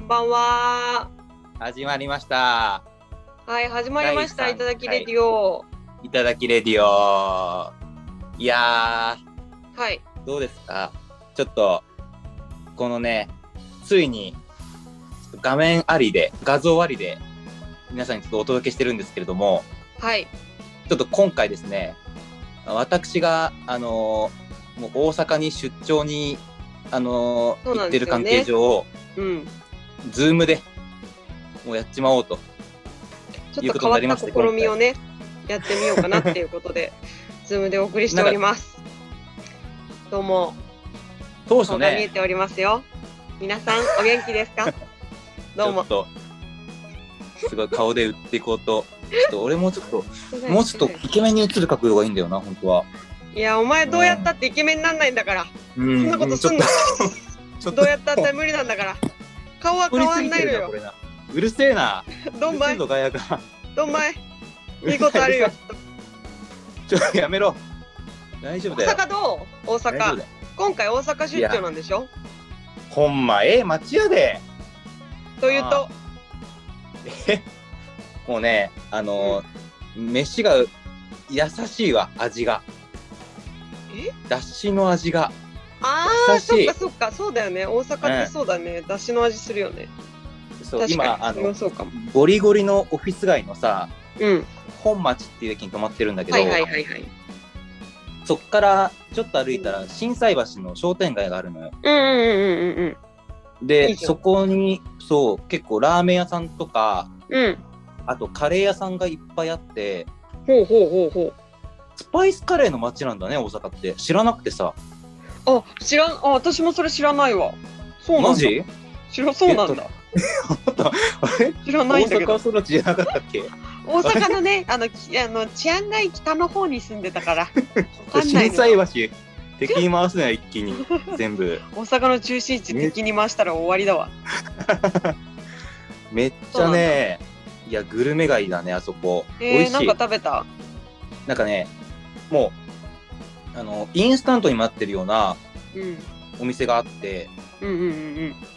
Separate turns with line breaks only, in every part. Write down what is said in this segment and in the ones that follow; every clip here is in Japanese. んばんは。
始まりました。
はい、始まりました。
第三
いただきレディオ。
いただきレディオ。いや
はい。
ー、どうですかちょっと、このね、ついに、ちょっと画面ありで、画像ありで、皆さんにちょっとお届けしてるんですけれども、
はい。
ちょっと今回ですね、私が、あのーもう大阪に出張に、あのー
そう
行
な
っ
んですよね
てる関係上、
うん。
ズームでもうやっちまおうと。
ち
い
ょ
う
っ
ことと
変
になり
わ
ま
っ
したて
試みをね、やってみようかなっていうことで、 ズームでお送りしております。どうも、
当初
顔が見え
ね、
ておりますよ。皆さん、お元気です かどう
ちょ
も
っ。と、すごい顔で売っていこうと。ちょっと俺もちょっと、もうちょっとイケメンに映る覚悟がいいんだよな、本当は。
いや、お前どうやったってイケメンになんないんだから。
そ
そ
ん
んなことすんな。
ちょっと、
どう
ちょっ
やったって無理なんだから。顔は
と
変わん
り
ないの
な、こ
よ。
れな。うるせえな。
どんま
うるせえ
い
ぞ、、ガヤが。
どんま い。いいことあるよ。
ちょっとやめろ。大丈夫
大
だよ。
阪どう大
大丈夫
阪
だ。よ。
今回大阪出張なんでしょ
ほんま、ええ町やで。
というと、
もうね、あのー、飯が優しいわ、味が。
え
だしの味が。
あ
優
あ、
し
そっ
い
かそっか、そうだよね。大阪ってそうだね。だしの味するよね。
そう、
確か
今、
に。
あの、
そうかも。
ゴリゴリのオフィス街のさ、
うん。
本町っていう駅に泊まってるんだけど、
はいはいはいはい。
そっからちょっと歩いたら心斎橋の商店街があるのよ。
うんうんうんうんうん
で
いいじゃん
そこにそう結構ラーメン屋さんとか
うん。うん。
あとカレー屋さんがいっぱいあって
ほうほうほうほ
スパイスカレーの街なんだね大阪って知らなくてさ
う。あ、知らん、あ、私もそれ知らないわ。そうなんだ。
マジ
知らそうなんだ。
あれ
知らない
大
んだけど。
阪育ちじゃなかったっけ
大阪のね、あ の、きあの治安街北の方に住んでたから。わかんない
心
の
斎
よ。
橋敵に回すなよ一気に全部
大阪の中心地敵に回したら終わりだわ。
めっちゃねいやグルメ街だねあそこ、美
え
味
ー、
しい
なんか食べた
なんかねもうあのインスタントになってるような
うん。
お店があって
うんうん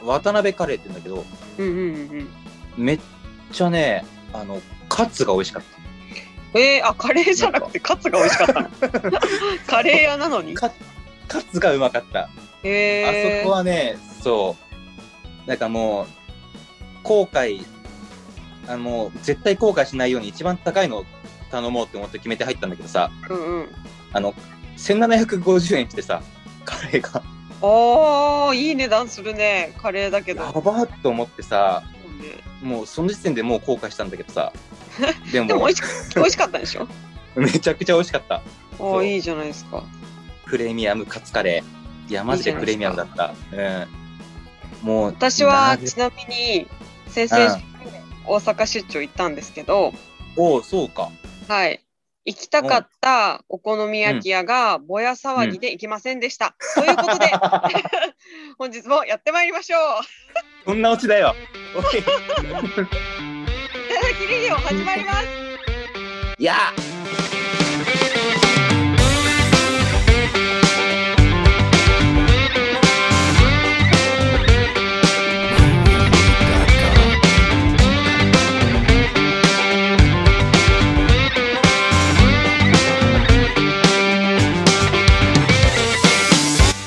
うん
渡辺カレーって言うんだけど
うん。うんうんうんうん。
めっちゃねあのカツが美味しかっ
えー、あカレーじゃなくてカツが美味しか ったのカレー屋なのに
たカカツがうまかった、
へ
あ
え
そこはねそうなんかもう後悔あのもう絶対後悔しないように一番高いのを頼もうって思って決めて入ったんだけどさ
うんうん
あの1750円してさカレーが
あーいい値段するねカレーだけど
やばっと思ってさ
そうね
もうその時点でもう後悔したんだけど さでも
でも美味しか美味しかったでしょ
めちゃくちゃ美味しかった
あ
う
あいいじゃないですか
プレミアムカツカレー。いや、マジでプレミアムだった。うん。もう、
私は
なぜ
ちなみに先々週大阪出張行ったんですけど
おう、そうか。
はい行きたかったお好み焼き屋がぼや騒ぎで行きませんでした、という ことで本日もやってまいりましょう
そんなオチだよ。お い。
いただきレディオ始まります
いや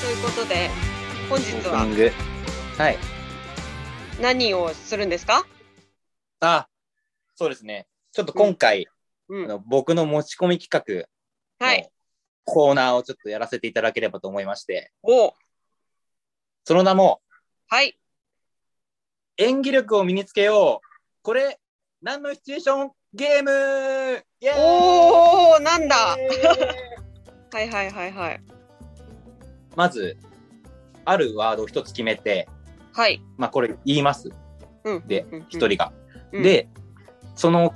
ということで本日
オープ
は
ニング。はい。
何をするんですか、
あ、そうですね。ちょっと今回、
うん
あ、の僕の持ち込み企画、
はい。
コーナーをちょっとやらせていただければと思いまして、
お
その名も、
はい
演技力を身につけよう。これ、何のシチュエーションゲームイエーイ
おーなんだはいはいはいはい
まず、あるワードを一つ決めて、
はい
まあこれ言います。
うん
で
うんうん
一人が。
うん
で、その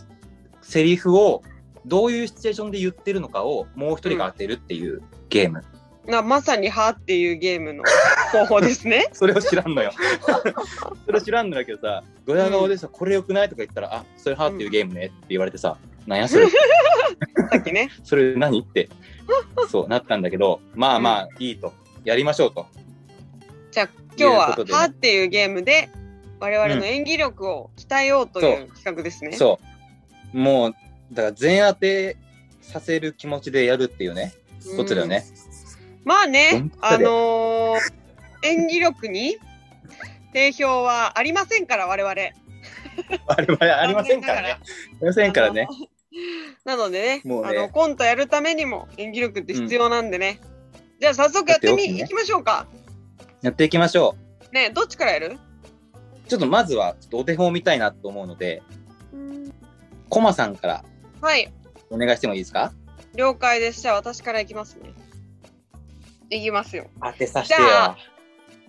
セリフをどういうシチュエーションで言ってるのかをもう一人が当てるっていうゲーム。
なまさに「は」っていうゲー ムの方法ですね
それを知らん のよ。それを知らんのだけどさ、ドヤ顔でさ、これよくないとか言ったら、あ、それはっていうゲームねって言われてさ、なんやそれ、
さっきね
それ何って、そうなったんだけど、まあまあいいと、やりましょうと。
じゃあ今日は
というこ
「
とで
は」っていうゲームで我々の演技力を鍛えようという企画ですね。
そう。もう、だから全当てさせる気持ちでやるっていうね、ことだよね。
まあ
ど
ね
んく、
あ
さで
のー演技力に定評はありませんから我々。
あれはありませんからね。ありませんからね。
なのでね
もうね
あのコントやるためにも演技力って必要なんでね。じゃあ早速やってみ、
やってよ
いきましょうか。
やっていきましょ
ねどっちからやる
う。ちょっとまずは、ちょっとお手本を見たいなと思うので、コマさんから
はい
お願いしてもいいですか
了解です。じゃあ私からいきますね。いきますよ。
当てさ
せてよじゃあ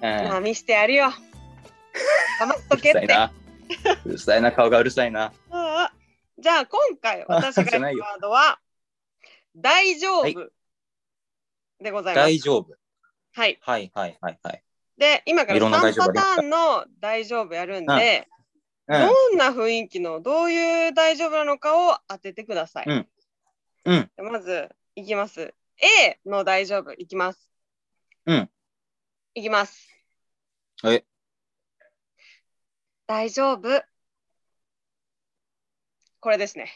ま
う
あ見してやるよ。黙っと
ん。うる
け
さ
っ
い
て。あ
な。うるさいな、顔がうるさいな。
あじゃあ今回私が
じゃ
選ん
な
だ
いよ
ワードは「大丈
はい
夫」でございます。
大丈夫。
はい、
はいはいはいはい。
で今から
いろんな大
3
丈夫あ
パ
りま
タ
す
ーンの「大丈夫」やるんで。
うん
どんな雰囲気のどういう大丈夫なのかを当ててください。
うんうん
でまずいきます。A の大丈夫いきます。
うん。
いきます。
はい。
大丈夫。これですね。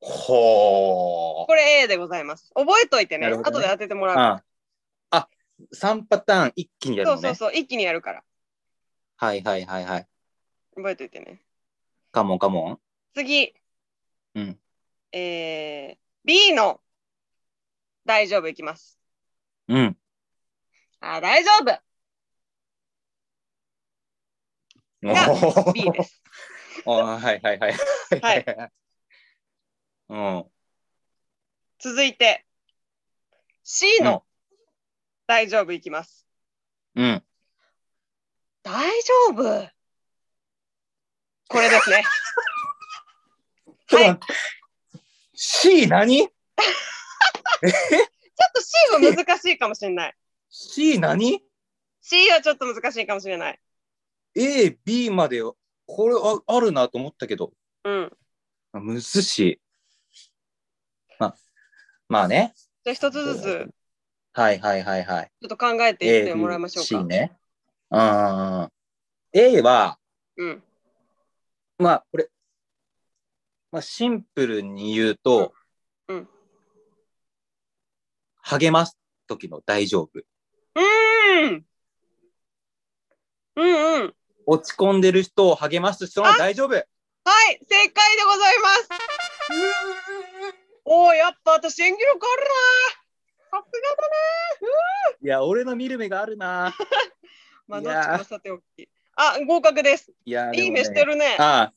ほー
こ。れ A でございます。覚えといてね。
なるほどね
後で当ててもらうから。
ああ、3パターン一気にやる
そ
の
うそうそう。
ね。
一気にやるから。
はいはいはいはい。
覚えといてね。
カモンカモン。
次。
うん。
えー、B の大丈夫いきます。
うん。
あ、大丈夫
お
が
ー
B です。
おーはいはいはい。
はい。
うん。
続いて C
うん
の大丈夫いきます。
うん。
大丈夫これですね。
ちょっと
はい
待って。C 何
ちょっと C は難しいかもしれない。
?C 何
C はちょっと難しいかもしれない。
?A、B までよ、これああるなと思ったけど、
うん。
あむずしい。ま、まあね。
じゃあ一つずつちょ
はいはいはいはい。
っと考えていってもらいましょ
A
う
B
か。
C ね。うんうんうん。A は、
うん。
まあ、これ、まあ、シンプルに言うと、
うんうん
励ます時の大丈夫。
うーん。うんうん。
落ち込んでる人を励ます人の大丈夫。
はい、正解でございます。おお、やっぱ私演技力あるな。さすがだ
いや、俺の見る目があるな。
まあ、
い
どっ
やー
ちかさておき。あ、合格です。
いや、
いい目して
る。
るね。
あ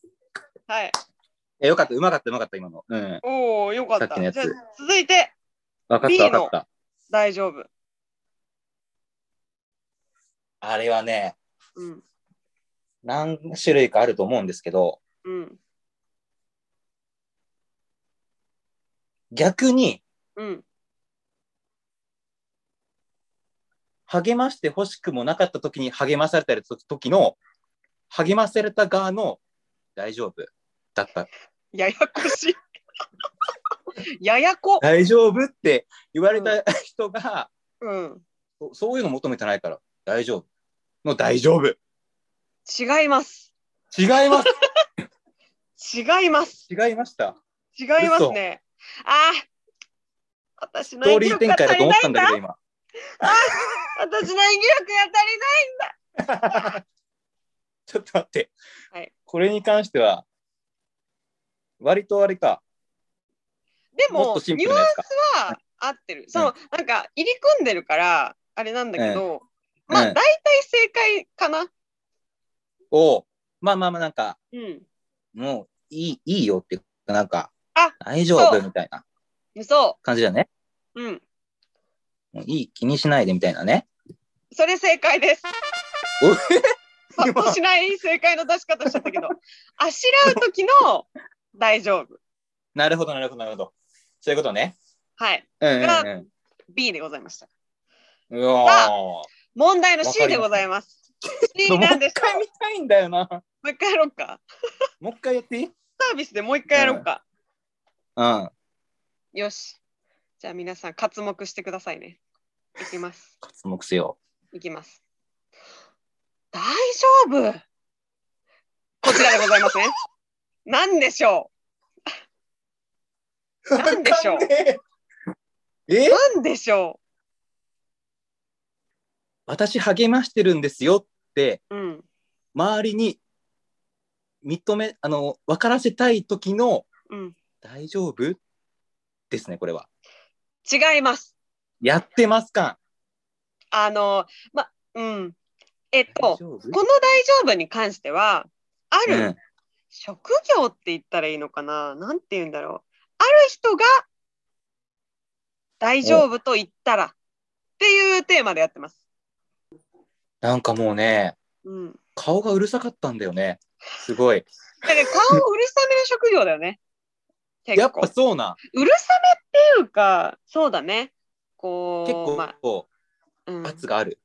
あ
はい。
え、よかった、うまかった、うまかった、今の。うん。
おお、よかった。
さっきのやつ
じゃあ続いて、
わかっ
B
た、
の
わかった。
大丈夫。
あれはね、
うん。
何種類かあると思うんですけど、
うん。
逆に
うん。
励まして欲しくもなかった時に励まされたりと時の、励まされた側の大丈夫だった
ややこしい。 ややこ。
大丈夫って言われた人が、
うん。
そそういうの求めてないから、大丈夫の大丈夫。違
違います。
います。
違います。
違いました。
違いますね。あー私
ス
の
トー
演
リ
技
ー
力
展
が足
開だと
り
思っ
ない
たん
ん
だ
だ
け。ど、今。
私の演技力が足りない。
ちょっと待って。
はい
これに関しては、割とあれか、
で
もっ
も
と、シンプ
ニ
ル
ュア
な
ン
やつか。
スは合ってる。その、なんか、入り組んでるから、あれなんだけど、
うん
まあ、
う
大
ん
体正解かな。
おうまあまあまあ、なんか、
うん。
もういいいいよっていうか、なんか
あ、
大丈
そ
夫
う
みたいな
そ
感じだね。
う。うん。
もういい気にしないでみたいなね。
それ正解 です。
お
パッとしない正解の出し方しちゃったけど、 あしらう時の大丈夫。
なるほど、なるほど、なるほど。そういうことね。
はい。
うんうん
が
うん
B でございました。
うわー
問題の
わか
C
りまし
で
た
ございます。
ちょ
C
っともう
なんで
一
しょう
回見たいんだよな。
もう一回やろうか。
もう一回やっていい
サービスでもう一回やろうか。
うん。
よし。じゃあ皆さん、活目してくださいね。いきます。
活目せよ。
いきます。大丈夫でございません。なんでしょ なんでしょう
わかんね
え
うなんでしょ
私励ましてるんですよって、
ううん。
周りに認め、あの、分からせたい時の
うん。
大丈夫ですね、これは。
違います。
やってますか
あの、ま、うん。えっと、
大丈夫
この大丈夫に関しては、あ
う
る、
ん。
職業って言ったらいいのかななんて言うんだろう。ある人が大丈夫と言ったらっていうテーマでやってます。
なんかもうね、
うん。
顔がうるさかったんだよね。すごい。
だから顔をうるさめの職業だよね。結構。
やっぱそうな。
うるさめっていうか、そうだね。こう、
結構、
まあ、うん、
圧がある。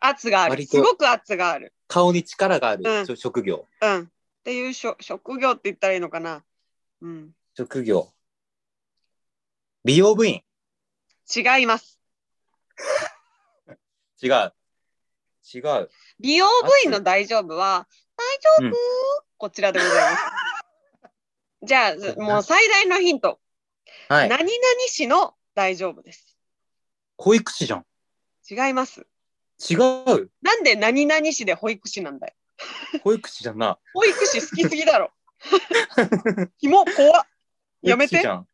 圧がある。
割と
すごく圧がある。
顔に力がある、
うん
しょ職業。
うん。っていうしょ職業って言ったらいいのかなうん。
職業。美容部員。
違います。
違う。違う。
美容部員の大丈夫は、大丈夫、
うん
こちらでござい ます。じゃあ、もう最大のヒント。
はい。
何々市の大丈夫です。
保育士じゃん。
違います。
違う。
なんで何々市で保育士なんだよ。
保育士じゃんな。
保育士好きすぎ だろ。ひも怖っ。やめて
保育士じゃん。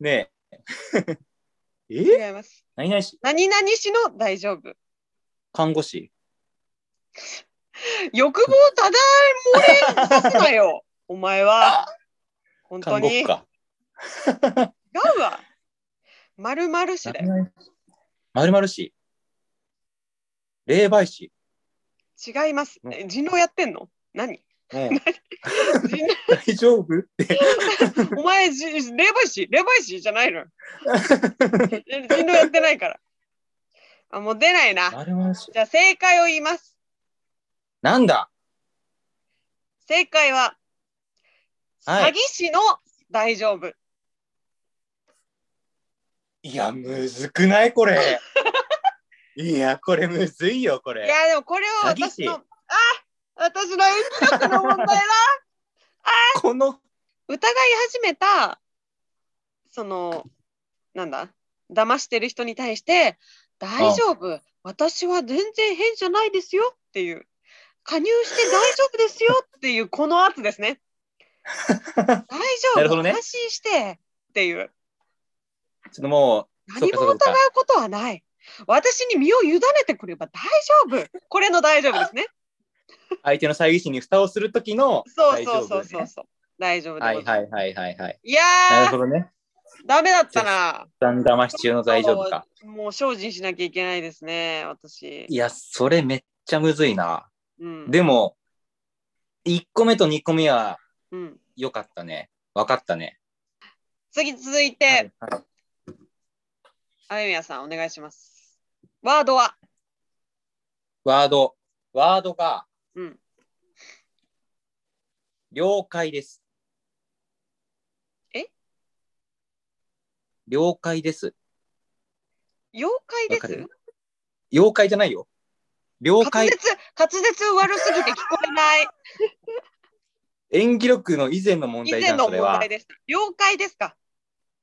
ね え。え
違います。
何々し
何々市の大丈夫。
看護師
欲望ただ漏れさすなよ。お前 は。本当
看護婦
に。違
か。
うわ。まるまる市だよ。
まるまる師。霊媒師。
違います。え人狼やってんの 何
うん
人狼
大丈夫 って。
お前、じ霊媒師霊媒師じゃないの人狼やってないから。あ、もう出ないな。
まるまる師。
じゃあ正解を言います。
なんだ
正解は、
は
詐
い
欺師の大丈夫。
いや、むずくないこれ。 いや、これむずいよ、こ
い、
れ。
や、でもこれは私の、
詐
あ私の演技力の問題だ
この、
疑い始めた、その、なんだ、騙してる人に対して、大丈夫、私は全然変じゃないですよっていう、加入して大丈夫ですよっていう、この圧ですね。 大
なる
丈
ほ
夫、
どね
安心してっていう。
ちょっともう、そっ
何
か
も
そ
疑
っか。
うことはない。私に身を委ねてくれば大丈夫。これの大丈夫ですね。
相手の詐欺師に蓋をする時の、
そうそうそう
大丈
そ
夫
う
ね
そう。大丈夫
は
で
い
ございます。
はいはいはいはい。
いや
なるほ
ー、
どね。
ダメだったな。
だんだまし中の大丈夫か。
もう精進しなきゃいけないですね、私
い。や、それめっちゃむずいな。
うん、
でも、1個目と2個目は
うん、
良かったね。分かったね。
次続い
は
て
い、はい
あゆみやさんお願いします。ワードは、
ワード。ワードが、
うん、
了解です。
え
了解です。
妖怪で
わか
す
る。妖怪じゃないよ。了
滑
解
舌。、滑舌悪すぎて聞こえない。
演技力の以前の問
以
題じ
前
ゃん、
の
そ
問
れは
題。でした。妖怪ですか。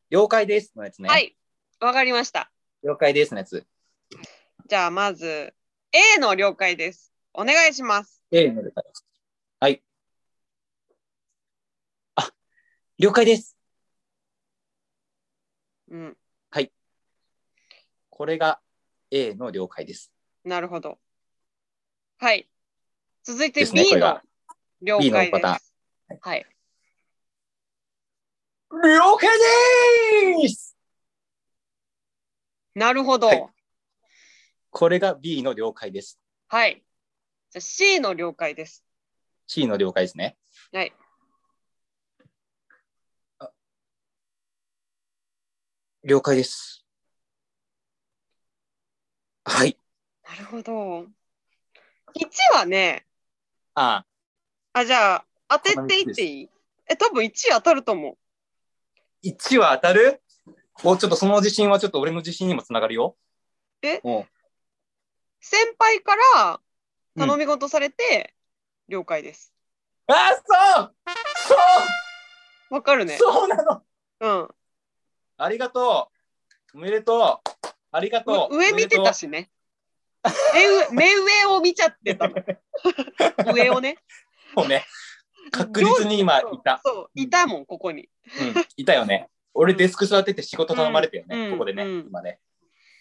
了解ですのやつね。
は。い、わかりました。
了解ですのやつ。
じゃあまず A の了解です。お願いします。
A の了解です。はい。あ、了解です。
うん、
これが A の了解です。
なるほど。はい。続いて
ですね
B
これ
の
が
了解です。
B のパ
はい。
了解です
なるほど。は
はいい。これが B の了解です。
じゃあ C の了解です。
C の了解ですね。
はい。
了解です。はい。
なるほど。1はね、
あ
あ、じゃあ当てていっていいえ、多分1当たると思う。
1は当たるもうちょっとその自信はちょっと俺の自信にもつながるよ。
え
うん
先輩から
うん
頼み事されて、了解です。
あそう
わかる
そう
ね。
そうなの
うん。
ありがとうおめでとうありがとう
う上見てたしね。目上目上を見ちゃってた の。上をね。
おめでとうもうね確実に今いた、
そう、そういたもん、ここに。
うん、いたよね俺デスク座ってて仕事頼まれたよね、
うん
ここでね、
うん
今ね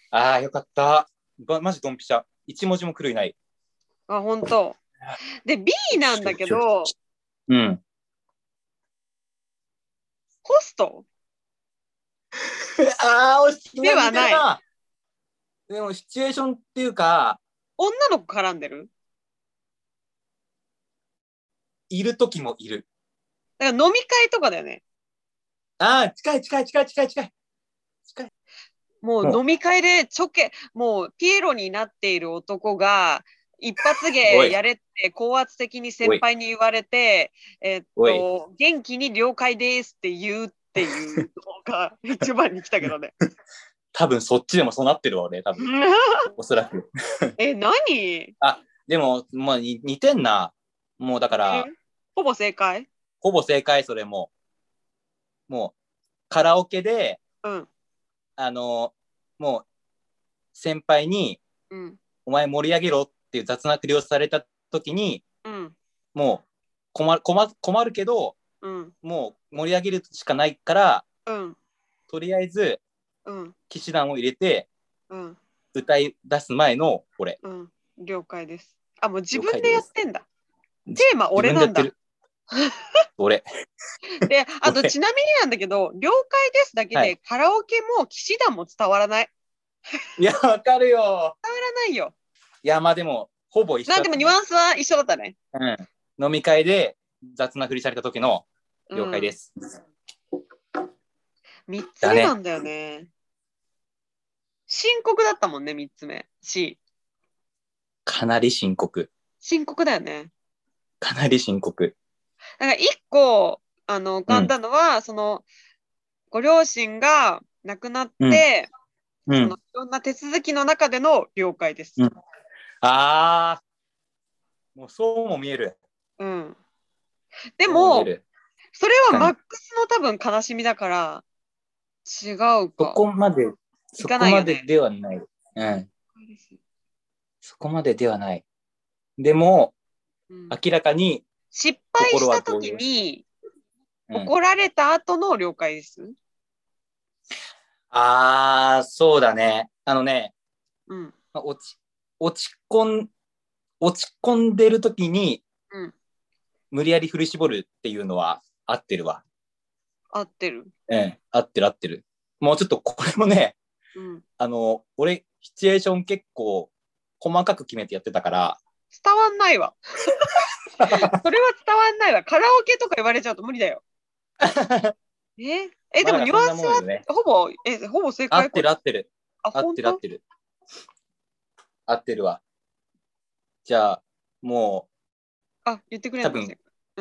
ああよかったばマジドンピシャ一文字も狂いない
あ、本当。で、B なんだけど、
うん
ホスト
ああ惜しい
ではない
いでもシチュエーションっていうか
女の子絡んでる
いる時もいる
だから飲み会とかだよね。
ああ近い近い近い近い近い近い
も
うん
う飲み会でちょけ、もうピエロになっている男が、一発
おい
芸やれって高圧的に先輩に言われて、えっ
おい
と、元気に了解ですって言うっていうの が一番に来たけどね。
多分そっちでもそうなってるわ俺多分おそらく
え、何
でもまあに似てんなもうだから
えほぼ正解
ほぼ正解それももうカラオケで
うん。
あのもう先輩に
うん。
「お前盛り上げろ」っていう雑な繰りをされた時に
うん。
もう困る困る困るけど
うん。
もう盛り上げるしかないから
うん。
とりあえず
うん。
騎士団を入れて
うん。
歌い出す前の俺
うん。了解です。あ、もう自
了解
分
で
ですやってんだ。テーマ俺なんだ。
自分でやってる俺
で、あと
ごめん
ちなみになんだけど、了解ですだけで、
はい
カラオケも騎士団も伝わらない。
いやわかるよ
伝わらないよ。
いやまあでもほぼ一緒
なんでもニュア
ン
ンスは一緒だったね。。
うん、飲み会で雑な振りされた時の了解ですす、
三、つ目なんだよね。深刻だったもんね、三つ目。C。
かなり深刻
深刻だよね。
かなり深刻
だから一個、あの、浮かんだのは、その、ご両親が亡くなって、
う
そのいろんな手続きの中での了解です。
うんあーもうそうも見える
うん。で
で
も、そ
そ
れはマックスの多分悲しみだから、違うか。
こまでそこ
かないよ
ま
ね
でではないうんそこまでではないでも
うん
明らかに、
失敗した
心は動
時
揺
に
うん
怒られた後の了解です。
ああそうだねあのね
うん。
まあ落ち落ち込ん落ち込んでる時に
うん。
無理やり振り絞るっていうのは合ってるわ。
合ってる。
うん、合ってる合ってる。もうちょっとこれもね、
うん。
あの、俺、シチュエーション結構細かく決めてやってたから、
伝わん ないわ。それは伝わんないわ。カラオケとか言われちゃうと無理だよ。ええ、でも
まあ
ニュアンス
そんなも
は
んよね
ほぼ、え、ほぼ正
合
解
ってる合ってる。
あ、
合っ
本
てる合
当
ってる。合ってるわ。じゃあ、も
あ、言ってくれるんだ
多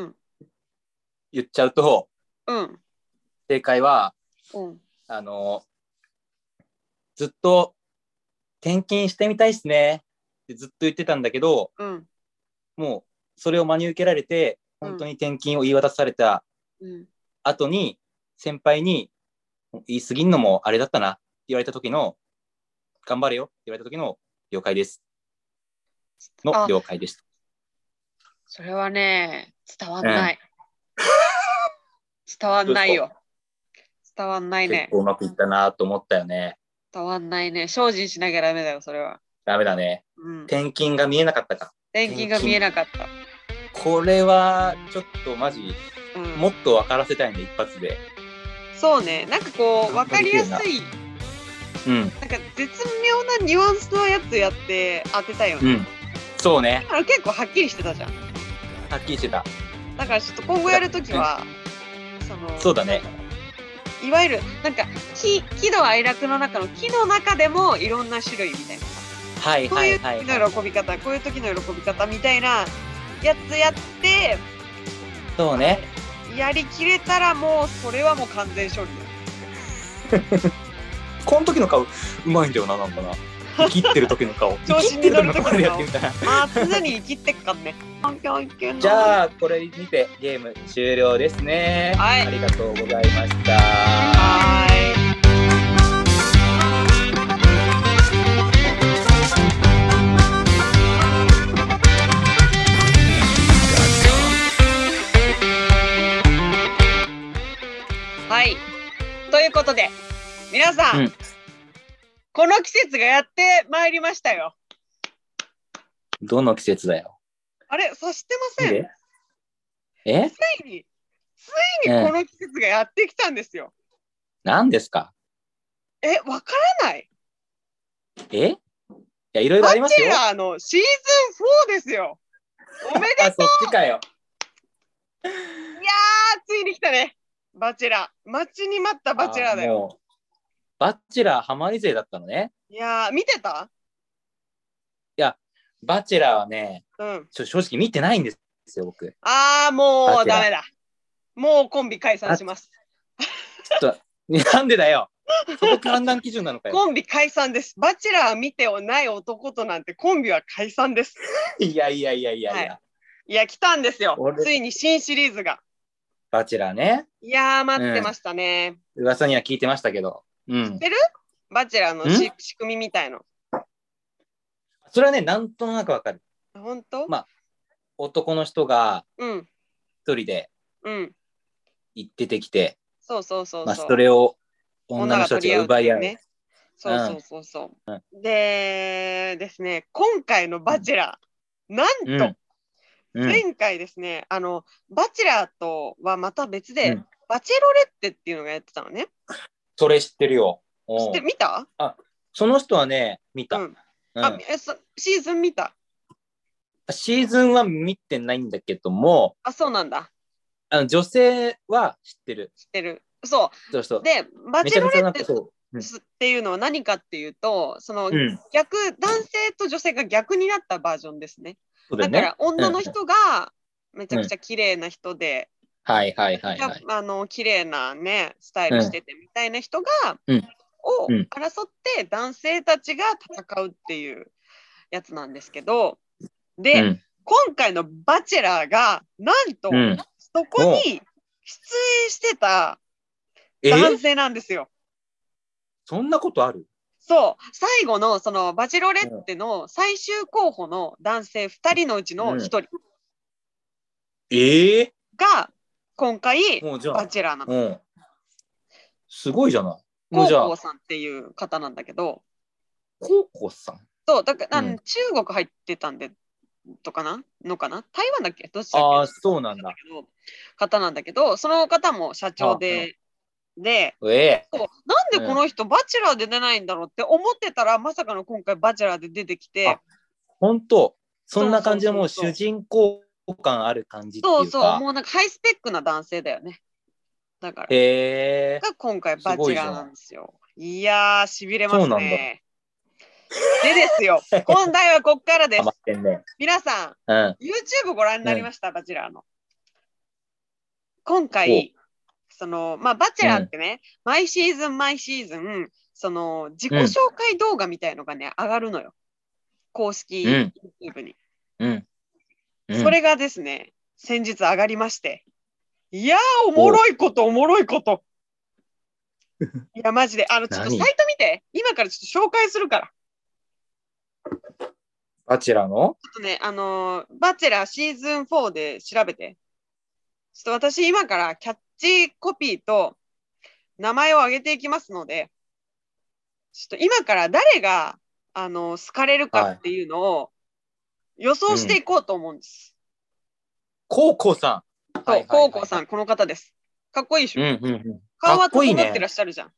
分う言っちゃうと、
うん。
正解は、
うん。
あの、ずっと転勤してみたいっすねってずっと言ってたんだけど、
うん。
もうそれを真に受けられて、
うん
本当に転勤を言い渡された
うん。
後に、先輩に、言い過ぎんのもあれだったなって言われた時の、頑張れよって言われた時の、了解です。の
あ
了解です。
それはね、伝わんない。 伝わんないよ。伝わんない
結
ね。
構うまくいったなと思ったよね。
伝わんないね。精進しなきゃダメだよ、それは。
ダメだね。
うん。
転勤が見えなかったか。
転勤が見えなかった。
これは、ちょっとマジ、
うん、
もっと分からせたいね、一発で。
そうね。なんかこう、わかりやすい、
うん、
なんか絶妙なニュアンスのやつやって当てたよ
う
ね。
ん。そうね
だ。から結構はっきりしてたじゃん。
はっきりしてた。
だからちょっと今後やるときは、その、
そうだね。
いわゆる、なんか、喜喜怒哀楽の中の喜の中でもいろんな種類みたいな。
はい
こう
はいいう
時
はい。
の喜び方、こういう時の喜び方みたいなやつやって、
そうね。
やりきれたらもう、それはもう完全勝利だよ。
この時の顔、うまいんだよな、なんかな。生きってる時の顔。
調子に乗る時の顔
生きってる時の顔でやってみたら。
まあ常に生きてっかんね。環境いけんな
じゃあ、これにてゲーム終了ですね。
はい
ありがとうございました。
はーい。はい。ということで、皆さん、
うん
この季節がやってまいりましたよ。
どの季節だよ。
あれ、察してません。
ええ
ついに、ついにこの季節がやってきたんですよ。
何ですか
え、わからない。
えいや、いろいろあり
バ
ます
チェ
よ。
ラーのシーズン4ですよ。おめでとう。いや
あ、そっちかよ。
ー、ついに来たね。バチェラー。待ちに待ったバチェラーだよ。
あ。もうバチェラーハマり勢だったのね。
いやー、見てた
バチェラーはね、
うん。
ちょ正直見てないんですよ、僕。
あー、も
バ
う
チェラー
ダメだ。もうコンビ解散します。
なんでだよ。そこ判断基準なのかよ。
コンビ解散です。バチェラー見てをない男となんてコンビは解散です。
いやいやいやいやいや、
はいいや、来たんですよ
俺。
ついに新シリーズが。
バチェラーね。
いやー、待ってましたね。
噂には聞いてましたけど。うん。
バチェラーのし仕組みみたいの。
それはね、なんとなくわかる。
本当、
ま男の人が
うん。
一人で
うん。
行っててきて、
そうそうそうそう。
まあ、それを女の人たちが奪い合う。
ね。そうそうそうそう。でですね、今回のバチェラー、
うん
なんと、
うん
前回ですね、あの、バチェラーとはまた別で、
うん
バチェロレッテっていうのがやってたのね。
それ知ってるよ。うん
知って見た、
その人はね、見た、
う
うんん
あえそシーズン見た。
シーズンは見てないんだけども、
あ、そうなんだ。
あの女性は知ってる。
知ってる。そ
そうそう
う。。で、バ
め
チ
ち
ェ
ゃ
ロ
くちゃ
レ
な
ッ
んか
テ
そう。う
っ
ん
ていうのは何かっていうと、その
うん、
逆、男性と女性が逆になったバージョンですね。
そうだ
だ
よ
か
ね
ら。女の人がめちゃくちゃ綺麗な人で、
はいはいはいはい。
あの綺麗なねスタイルしててみたいな人が、
うん
を
うん
争って男性たちが戦うっていうやつなんですけどで、
うん
今回の「バチェラー」がなんと、
うん
そこに出演してた
え
男性なんですよ。
そんなことある
そう最後のそのバチェロレッテの最終候補の男性2人のうちの1人
ええ
が今回
もうじゃ
バ
あ、
チェラーなの。
うん。すごいじゃない。もう
高
じゃあ
校、さんっていう方なんだけど。
コウコさん。
そう、だから、あ
う
の
ん
中国入ってたんで、とかなのかな台湾だっけどっちだっけ
ああ、そうなんだ。
けど方なんだけど、その方も社長で、で、
ええ
そうなんでこの人、バチェラーで出ないんだろうって思ってたら、まさかの今回、バチェラーで出てきて
あ、ほんと、そんな感じで
そうそ
も
う
う
そうそう
主人公感ある感じって
そう
いう
そう、
か。
もうなんかハイスペックな男性だよね。だから、
へえ。
が今回、
す
バ
ご
チ
い
ェ
じ
ラ
ゃん
ーなんですよ。いやー、しびれま
そ
す
うなんだ
ね。でです よ、本題はこっからで
ハ
す
マっ。てんね。
皆さん、
うん。
YouTube ご覧になりました、バチェラーの。今回、その、まあ、バチェラーってね、毎シーズン毎シーズン、その、自己紹介動画みたいのがね、上がるのよ。公式
うん
YouTube に。
うん。うん
それがですね、先日上がりまして、いやー、おもろいこと、おもろい こと。いや、マジで、あの、ちょっとサイ
何
ト見て、今からちょっと紹介するから。
バチェラーの
ちょっとね、あのーバチェラーシーズン4で調べて。ちょっと私、今からキャッチコピーと名前を挙げていきますので、ちょっと今から誰が、あのー好かれるかっていうのを予想していこうと思うんです。
コウコさん。
と、
はいはいはい
コウコさん、。この方です。かっこいいでし
う
ょ、
んうんうん。
顔は
かっこい
整
いね
ってらっしゃるじゃん。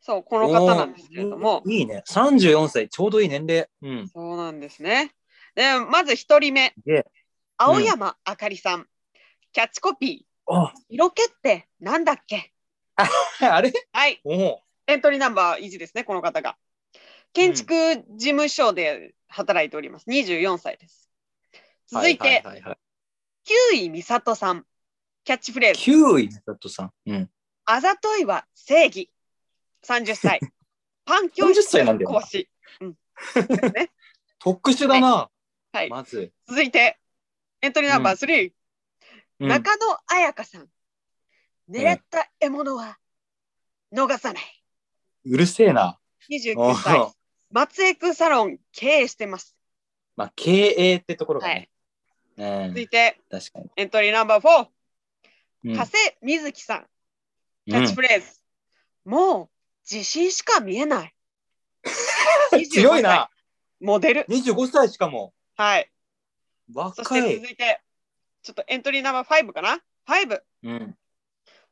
そう、この方なんですけれども、
いいね。34歳、ちょうどいい年齢。うん。
そうなんですね。で、まず一人目
で、
青山あかりさん、キャッチコピー。
あ、
色気ってなんだっけ
あれ
はい、
おお。
エントリーナンバー1ですね、この方が。建築事務所で働いております。24歳です。続いて、
はははいはい
9位美里さん。キャッチフレーズ、
9位、佐藤さん。うん。
あざといは正義。30歳。パン教
40
室
歳なんだよな
講師。うん
特殊だな。
はい。
まず、
続いて、エントリーナンバー3、
うん
中野彩香さん。狙った獲物は逃さないう
るせえな。お
29歳
う
松江区サロン経営してます
まあ、経営ってところが
は
ね
い。
うん
続いて
確かに。
エントリーナンバー4、
うん
加瀬瑞希さんキ
う
ャッ
ん
チフレーズ、もう自信しか見えない
強いな。
モデル
25歳しかも。
はいそし
若
て
い。
続いてちょっとエントリーナンバー5かな5
うん。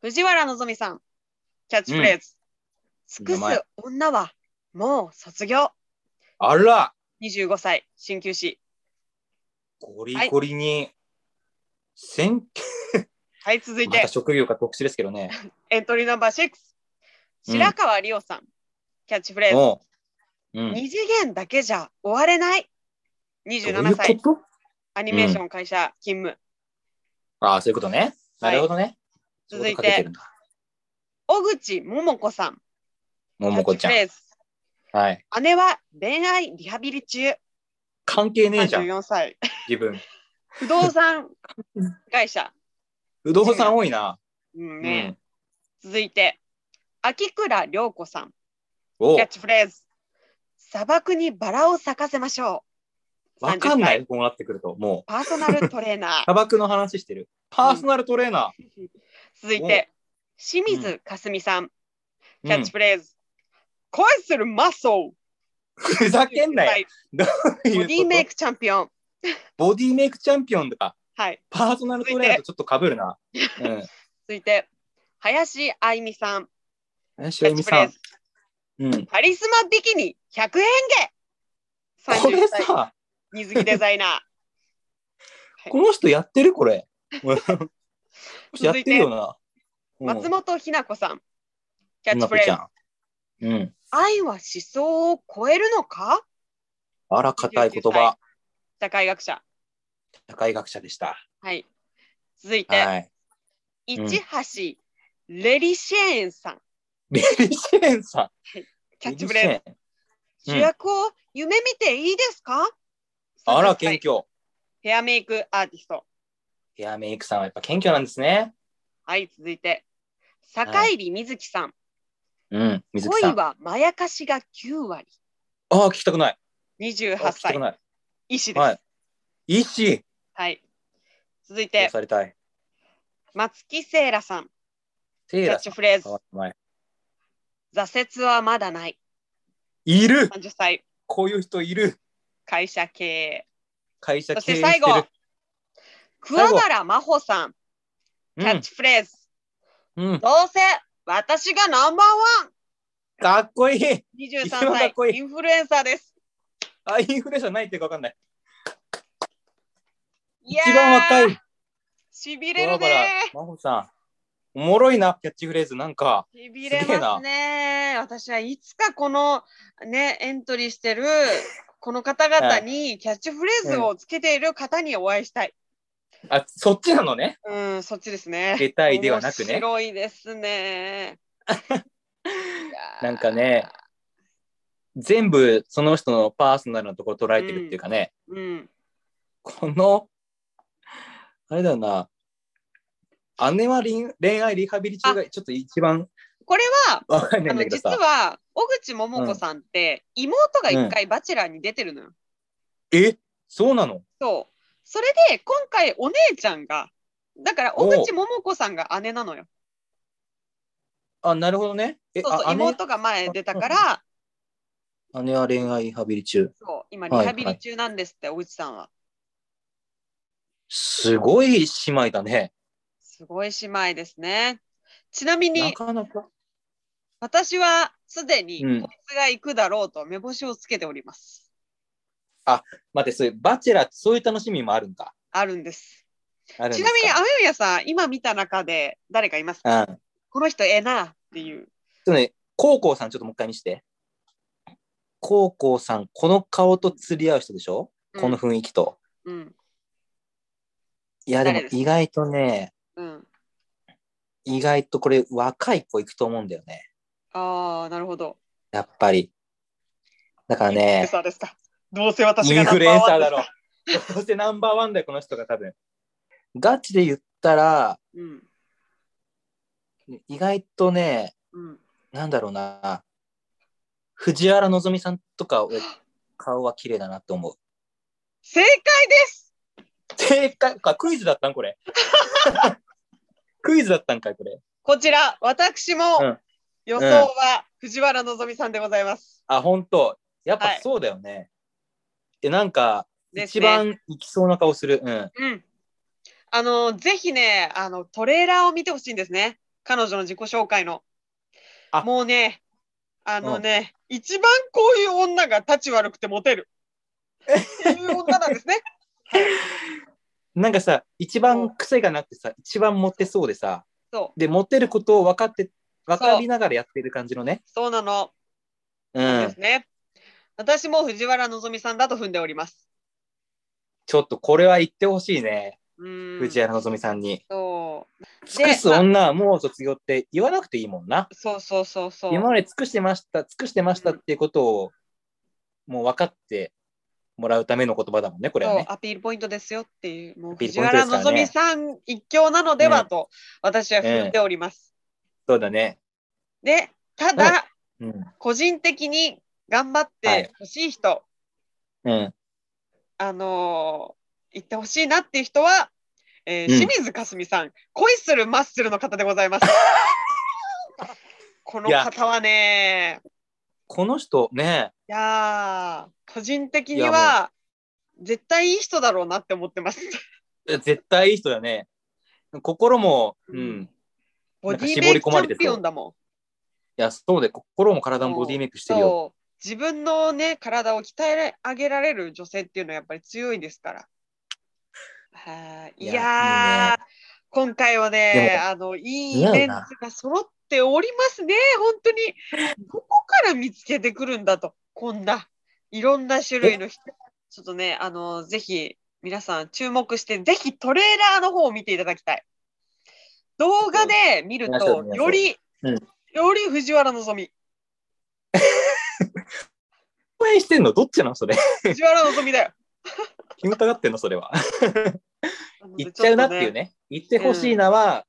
藤原のぞみさんキャッチフレーズ、
うん
尽くす女はもう卒業
あら、
25歳鍼灸師
ゴ
は
リ
い
ゴリに、選
はい続い
ま
て
た職業が特殊ですけどね。
エントリーナンバー6白川梨央さん、キャッチフレーズ
おううん。
二次元だけじゃ終われない。
どう
27
い
歳
うこと
アニメーション会社勤務。
ああ、そういうことね。なるほどね。
はい続
そうう
いて
ことかけるんだ。
小口桃子さん。
ももこちゃん
キ。ャッチフ
はい。
レーズ姉は恋愛リハビリ中。
関係ねえじゃん、
34歳。
自分。
不動産会社。
不動産多いな。
うんね続いて、秋倉涼子さん。
うんお
キャッ
う
チフレーズ。砂漠にバラを咲かせましょう。
わかんな
30歳
い。こうなってくると、もう。
パーソナルトレーナー。
砂漠の話してる。パーソナルトレーナ
続いて、清水かすみさん。
ー。
キャッチフレーズ。恋するマッソ
うんふざけんな
ー。
よ。ボ
ボディメイクチャンピオン。
ボディメイクチャンピオンとか、
はい。
パーソナルトレーナーとちょっとかぶるな。うん。
続いて、林あいみさん。
林美さん。うん。
カリスマビキニ100円芸
これ
30歳、
さ、
水着デザイナー。
この人やってる これ。この人やってるよな。 うん
松本ひな子さん。キャッチ
女の
フ
子
レ
ち
ー
ゃ
ズ。
ん。うん。
愛は思想を超えるのか
あら、硬い言葉。
社会学者。
社会学者でした。
はい。続いて、
はい。うん
市橋レリシェーンさん。
レリシェーンさ
キャ
ん。
ッチフレーズ。
ズ。シェーン
主役を夢見ていいですか
あ
30
ら、謙
歳
虚。
ヘアメイクアーティスト。
ヘアメイクさんはやっぱ謙虚なんですね。
はい、続いて、坂
は
入水木さん。
うん。
水
恋
木さん。あ
はまやかしが9割。
あ、聞きたくない。あ
28
聞きた
歳
く。ない。
医師です。は
はいい。医師。
続い
殺
て、
されたい。
松木聖羅さん。
テ
キ
イ
ャ
ラ
ッ
さ
チ
ん。
フレーズ
変わ。ってない
挫折はまだない。
いる
30歳。
こういう人いる
会社経営。
会社
そし
経営
て
し
最
てる。
後、桑原真帆さん。
う
キャッ
ん
チフレーズ。
うん。
どうせ私がナンバーワン
かっこいい
!23
一番かっこい
歳。
い
インフルエンサーです。
あ、インフレじゃないっていうかわかんない。
一
一番若い。。
しびれ
バ
る
ラバラ
ね。。
真帆さん。おもろいな、キャッチフレーズ。なんか、
しびれますね。私はいつかこのね、エントリーしてるこの方々にキャッチフレーズをつけている方にお会いしたい。
あ、そっちな のね。
うん、そっちですね。
出たいではなくね
面。白いです ね。いやー
なんかね、全部その人のパーソナルなところ捉えてるっていうかね、
うん、
この、あれだよな、姉はりん恋愛リハビリ中がちょっと一番
これは
わ
あ
かんないんだ
の
けど
実
さ。
は小口桃子さんって、妹が一回バチェラーに出てるのよ。
えそうなの
そうそれで今回お姉ちゃんがだから小口桃子さんが姉なのよ。
あ、なるほどね。え、
そうそう
あ姉
妹が前出たから
姉は恋愛リハビリ中。
そう今リ
はい
ハビリ中なんですって、小口さんは。
すごい姉妹だね。
すごい姉妹ですね。ちなみ
な
に
かなか。
私はすでに
うん
こいつが行くだろうと目星をつけております。
待って、そういうバチェラーってそういう楽しみもあるんか。
あるんです。
あるん
ち
で
な
す
みに、
か
あゆやさん、今見た中で誰かいますか
うん。ちょっ
この人ええなっていう。
とね、コウコウさんちょっともう一回見して。コウコウさん、この顔と釣り合う人でしょ、
うん
この雰囲気と。
うん。
いや、でも
誰です
意外とね、
うん。
意外とこれ若い子いくと思うんだよね。
ああ、なるほど。
やっぱり。だから
インフルエン
ね、
サーですか。どうせ私
イ
が
ンフルエンサーだ
ナンバワン
ろ
で。
そしてナンバーワンだよ、この人が多分。
ガチで言ったら、
すか。
意外とね、
うん。うん。
なんだろうな、藤原希美さんとか、俺顔は綺麗だなと思う。
正解です
正解か、クイズだったんこれ。 クイズだったんかい、これ。
こちら、私も
うん
予想は藤原希美さんでございます。
あ、本当やっ
は
ぱ
い
そうだよね。え、なんか、
です
一
ね
番いきそうな顔する。うん。
うん。あの、ぜひね、あの、トレーラーを見てほしいんですね。彼女の自己紹介の。
あ
もうね、あのね、一番こういう女が立ち悪くてモテる。っていう女なん ですね。
なんかさ、一番癖がなくてさ、一番モテそうでさ、
そう、
で、モテることを分かって、分かりながらやってる感じのね。
そうなの
う
で
ん
す。ね。私も藤原希美さんだと踏んでおります。
ちょっとこれは言ってほしいね。
うん。
藤原希美さんに。
そう
尽くす女はもう卒業って言わなくていいもんな。
そうそうそうそう。
今まで尽くしてました、尽くしてましたっていうことを、もう分かってもらうための言葉だもんね、これは
そう
ね。
アピールポイントですよっていう、もう
アピール
藤
ポイントで
原
すから
希美
ね
さん一強なのではと、私は踏んでおります。
そうだね。
で、ただ、
はうん。
個人的に頑張ってほしい人、
うん。
あのー行ってほしいなっていう人は、えー
うん
清水かすみさん、恋するマッスルの方でござい ます。この
いや
方はね、
この人ね、
いやー個人的に
いや
は絶対いい人だろうなって思ってます。
絶対いい人だね。心も、うん。
うん
い
ボ
ん
デ
か
ィ
絞
メイ
り
ク
込
チ
まれて
ャン
そう
ピオンだもん。
や、そうで、心も体もボディメイクしてるよ。
そう自分のね体を鍛え上げられる女性っていうのはやっぱり強いですから。はいい
いや
やー
いいね
今回はね
でも
あのいい
似合うな
メンツが揃っておりますね本当にどこから見つけてくるんだとこんないろんな種類の人ちょっとねあのぜひ皆さん注目してぜひトレーラーの方を見ていただきたい動画で見る
見ましょう
と
見ましょう
より、
うん
より藤原希美
応援してんのどっちなのそれ。
藤原希美だよ。
気もたがってんのそれは。言っちゃうなっていうね。言ってほしいなは、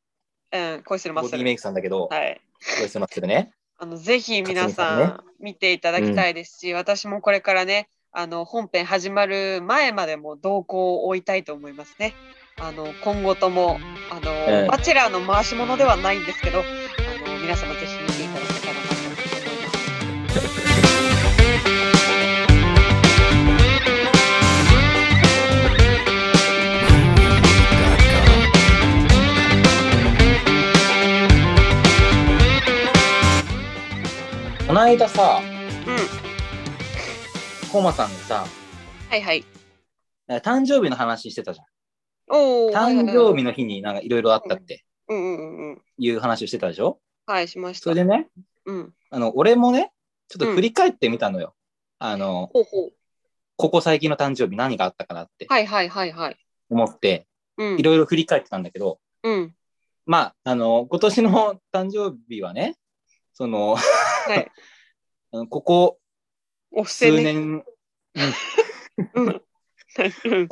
うん、恋するマ
ボ
ッサ
ディメ
ル。
イクさんだけど、
はい。
こいつの人でね。
あの、ぜひ皆さ
勝
ん見ていただきたいですし、私もこれからね、あの、本編始まる前までも動向を追いたいと思いますね。あの、今後とも、あの、
うん
バチェラーの回し物ではないんですけど、あの、皆様ぜひ見ていただけたらなと思います。
この間さ、
うん。
コマさんがさ、
はいはい。
誕生日の話してたじゃん。
おお。
誕生
日。
日の日になんかいろいろあったって
うんうんうんうん。
いう話をしてたでしょ
はい、しまし
そ
た。
れでね、
うん。
あの、俺もね、ちょっと振り返ってみたのよ。あの、
ほうほう。
ここ最近の誕生日何があったかなって
はいはいはいはい。
思って、
うん。
いろいろ振り返ってたんだけど、
うん。
まあ、あの、今年の誕生日はね、その、
はい。
あのここ
お布施
数
ね。
年、
うん。うん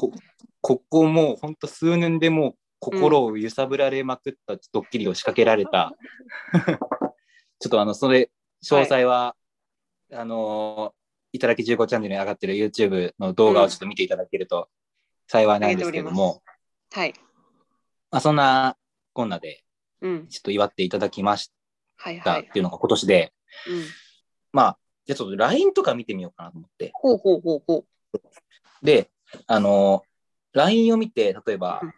ここもうほんと数年でもう心を揺さぶられまくったドッキリを仕掛けられた。ちょっとあの、それ、詳細は、あの、いただき15チャンネルに上がってる YouTube の動画をちょっと見ていただけると幸いなんですけれども、
はい。
まあ、そんなこんなで、
うん。
ちょっと祝っていただきまし
はいは
たっ
い。
ていうのが今年で、
うん。
まあ、じゃあちょっと LINE とか見てみようかなと思って。
ほうほうほうほう。
で、あの、LINE を見て、例えば
うん、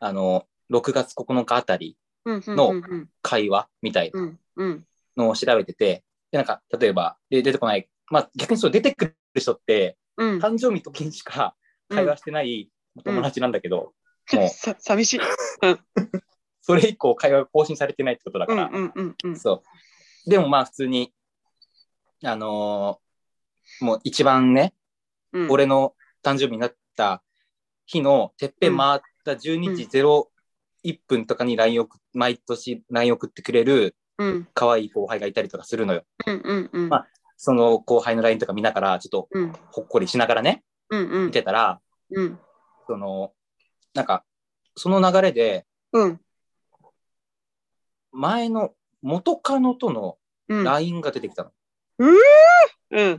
あの、6月9日あたり、
うんうん
の
うん
会話みたい
うんうんうん
なのを調べてて、で、なんか、例えば、で出てこない、まあ、逆にそう、出てくる人って、
うん
誕生日の時にしか会話してないお友達なんだけど、もう、
さ寂しい。
それ以降会話が更新されてないってことだ
う
か
ん
ら、
うんうんうん。
そう。でもまあ、普通に、あのーもう一番ね、
うん、
俺の誕生日になった日のてっぺん回った12時01分とかに LINE を、毎年 LINE 送ってくれる
うん
可愛い後輩がいたりとかするのよ。
うんうんうん。
まあその後輩の LINE とか見ながら、ちょっと
うん
ほっこりしながらね、
うんう
見
ん
てたら、
うん
その、なんか、その流れで、
うん
前の元カノとの
うん
LINE が出てきたの。
うん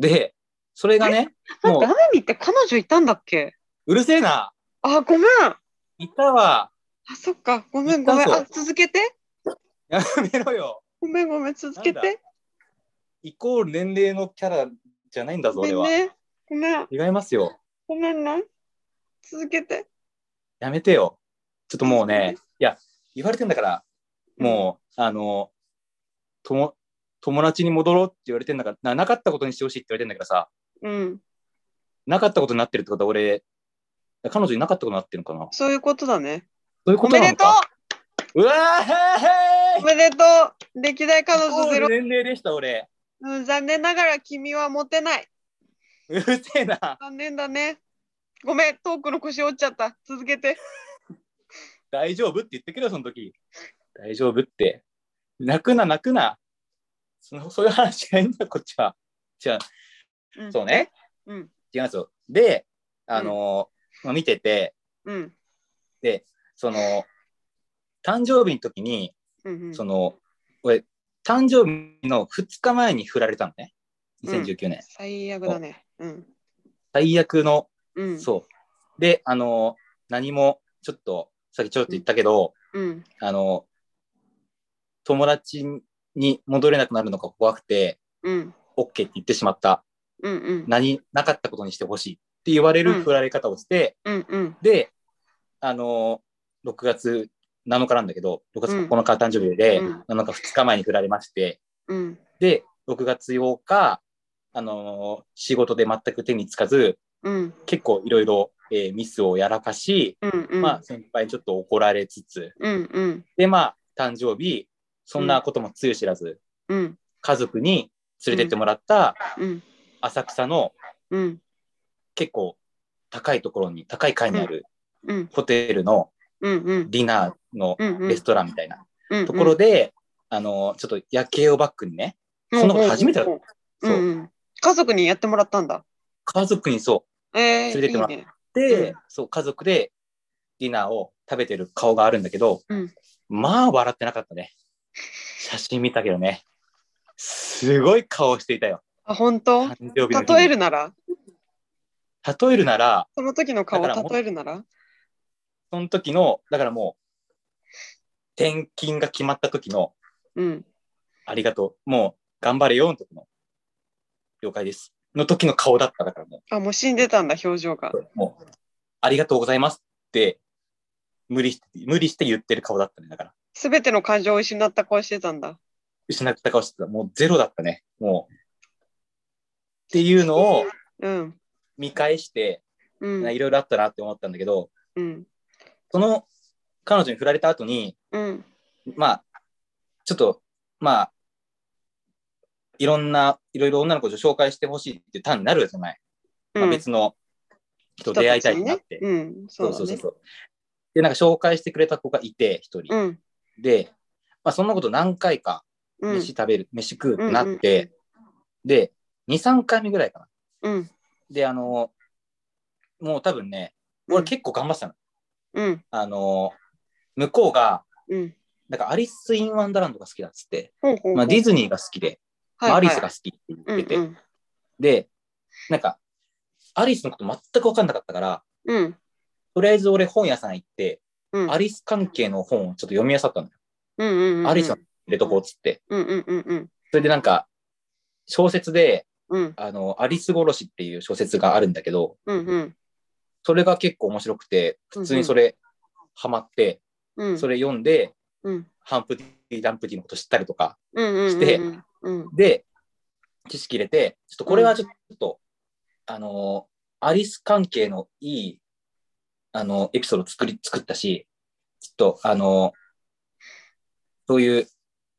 で、それがね、
待っ
も
て
う
アメミって彼女いたんだっけ
うるせえな、
あごめんあ
いたわ、
そっかごめんごめ
いた
ん
ぞ
あ続けて
やめろよ。
ごめんごめん続け
なんだ
て
イコール年齢のキャラじゃないんだぞ、
ごめ
俺
ん
は。
ねごめん
違いますよ。
ごめんね続けて
やめてよ。ちょっともうね、いや、言われてんだから、もう、あの、とも友達に戻ろうって言われてんだからな、なかったことにしてほしいって言われてんだからさ、
うん
なかったことになってるってことは俺、彼女いなかったことになってるのかな
そういうことだね
そういう
お
こと
め
な
で
の
とう
かうわーへ
お
ーへ
めでとう歴代彼女ゼ
ー
ロ、
年齢でした、俺。
うん、残念ながら君はモテないう
るせえな。
残念だねごめんトークの腰折っちゃった続けて
大丈夫って言ってくれよ、その時。大丈夫って。泣くな、泣くな。そのそういう話じゃないんだ、こっちは。じゃあ、
うん
そうね。
うん
違うんですよ。で、あの、まあ見てて、
うん
その、誕生日の時に、
うんうん
その、俺、誕生日の2日前に振られたのね。2019年。
最悪だねうん
最悪の、
うん
そう。で、あの、何も、ちょっと、さっきちょっと言ったけど、
うん
あの、友達に戻れなくなるのが怖くて、
うん
OK って言ってしまった。
うんうん
何、なかったことにしてほしいって言われる
うん
振られ方をして、
うんうん
で、あの、6月7日なんだけど、6月
うん
9日誕生日で、
うん
7日2日前に振られまして、
うん
で、6月8日、あの仕事で全く手につかず、
うん
結構いろいろえーミスをやらかし、
うんうん
まあ先輩にちょっと怒られつつ、
うんうん
でまあ誕生日、そんなこともつゆ知らず、
うん
家族に連れてってもらった
うん
浅草の
うん
結構高いところに、高い階にある
うん
ホテルの
うんうん
ディナーの
うん
レストランみたいな
うん
ところで、あの、ちょっと夜景をバックにね、そんなこと初めてだ
うんう
そ
ん
う、
うん家族にやってもらったんだ
家族にそう、
ええ
連れてってもらっ
いいね
で、
うん
そう家族でディナーを食べてる顔があるんだけど、
うん
まあ笑ってなかったね写真見たけどねすごい顔していたよ
あ本当
誕生日の日に
例えるなら
例えるなら
その時の顔を
だからも
例えるなら
その時のだからもう転勤が決まった時の
うん
ありがとうもう頑張れよの時の了解ですの時の顔だっただからも
あもう死んでたんだ表情が
うもうありがとうございますって無理して無理して言ってる顔だったねだから
すべての感情を失った顔してたんだ
失った顔してた。もうゼロだったね。もう。っていうのを
うん
見返して、
う
い
ん
ろいろあったなって思ったんだけど、
うん
その彼女に振られた後に、
うん
まあ、ちょっと、まあ、いろんな、いろいろ女の子を紹介してほしいって単になるじゃない。まあ、別の人と出会いたいってなって。
うん
そ
そうう
そうそう
だね
そう。で、なんか紹介してくれた子がいて、一人。
うん
で、まあ、そんなこと何回か、
うん
飯食べる、飯食うってなって、で、2、3回目ぐらいかな。
うん
で、あの、もう多分ね、俺結構頑張ってたの。
うん
あの、向こうが、
うん
なんかアリス・イン・ワンダーランドが好きだっつって、
ほうほう
まあ、ディズニーが好きで、まあアリスが好きって言
うん
ってて、
うん
で、なんか、アリスのこと全く分かんなかったから、
うん
とりあえず俺本屋さん行って、
うん
アリス関係の本をちょっと読み漁ったのよ。
うんうんうん
アリスの入れとこうっつって。
うんうんうんうん
それでなんか、小説で、
うん
あの、アリス殺しっていう小説があるんだけど、
うんうん
それが結構面白くて、普通にそれ、ハマって、
うん
それ読んで、
うん
ハンプティ・ダンプティのこと知ったりとか、
うんうん
して
うんうん
で、知識入れて、ちょっとこれはちょっと、あのー、アリス関係のいい、あのーエピソード作り、作ったし、ちょっと、あのー、そういう、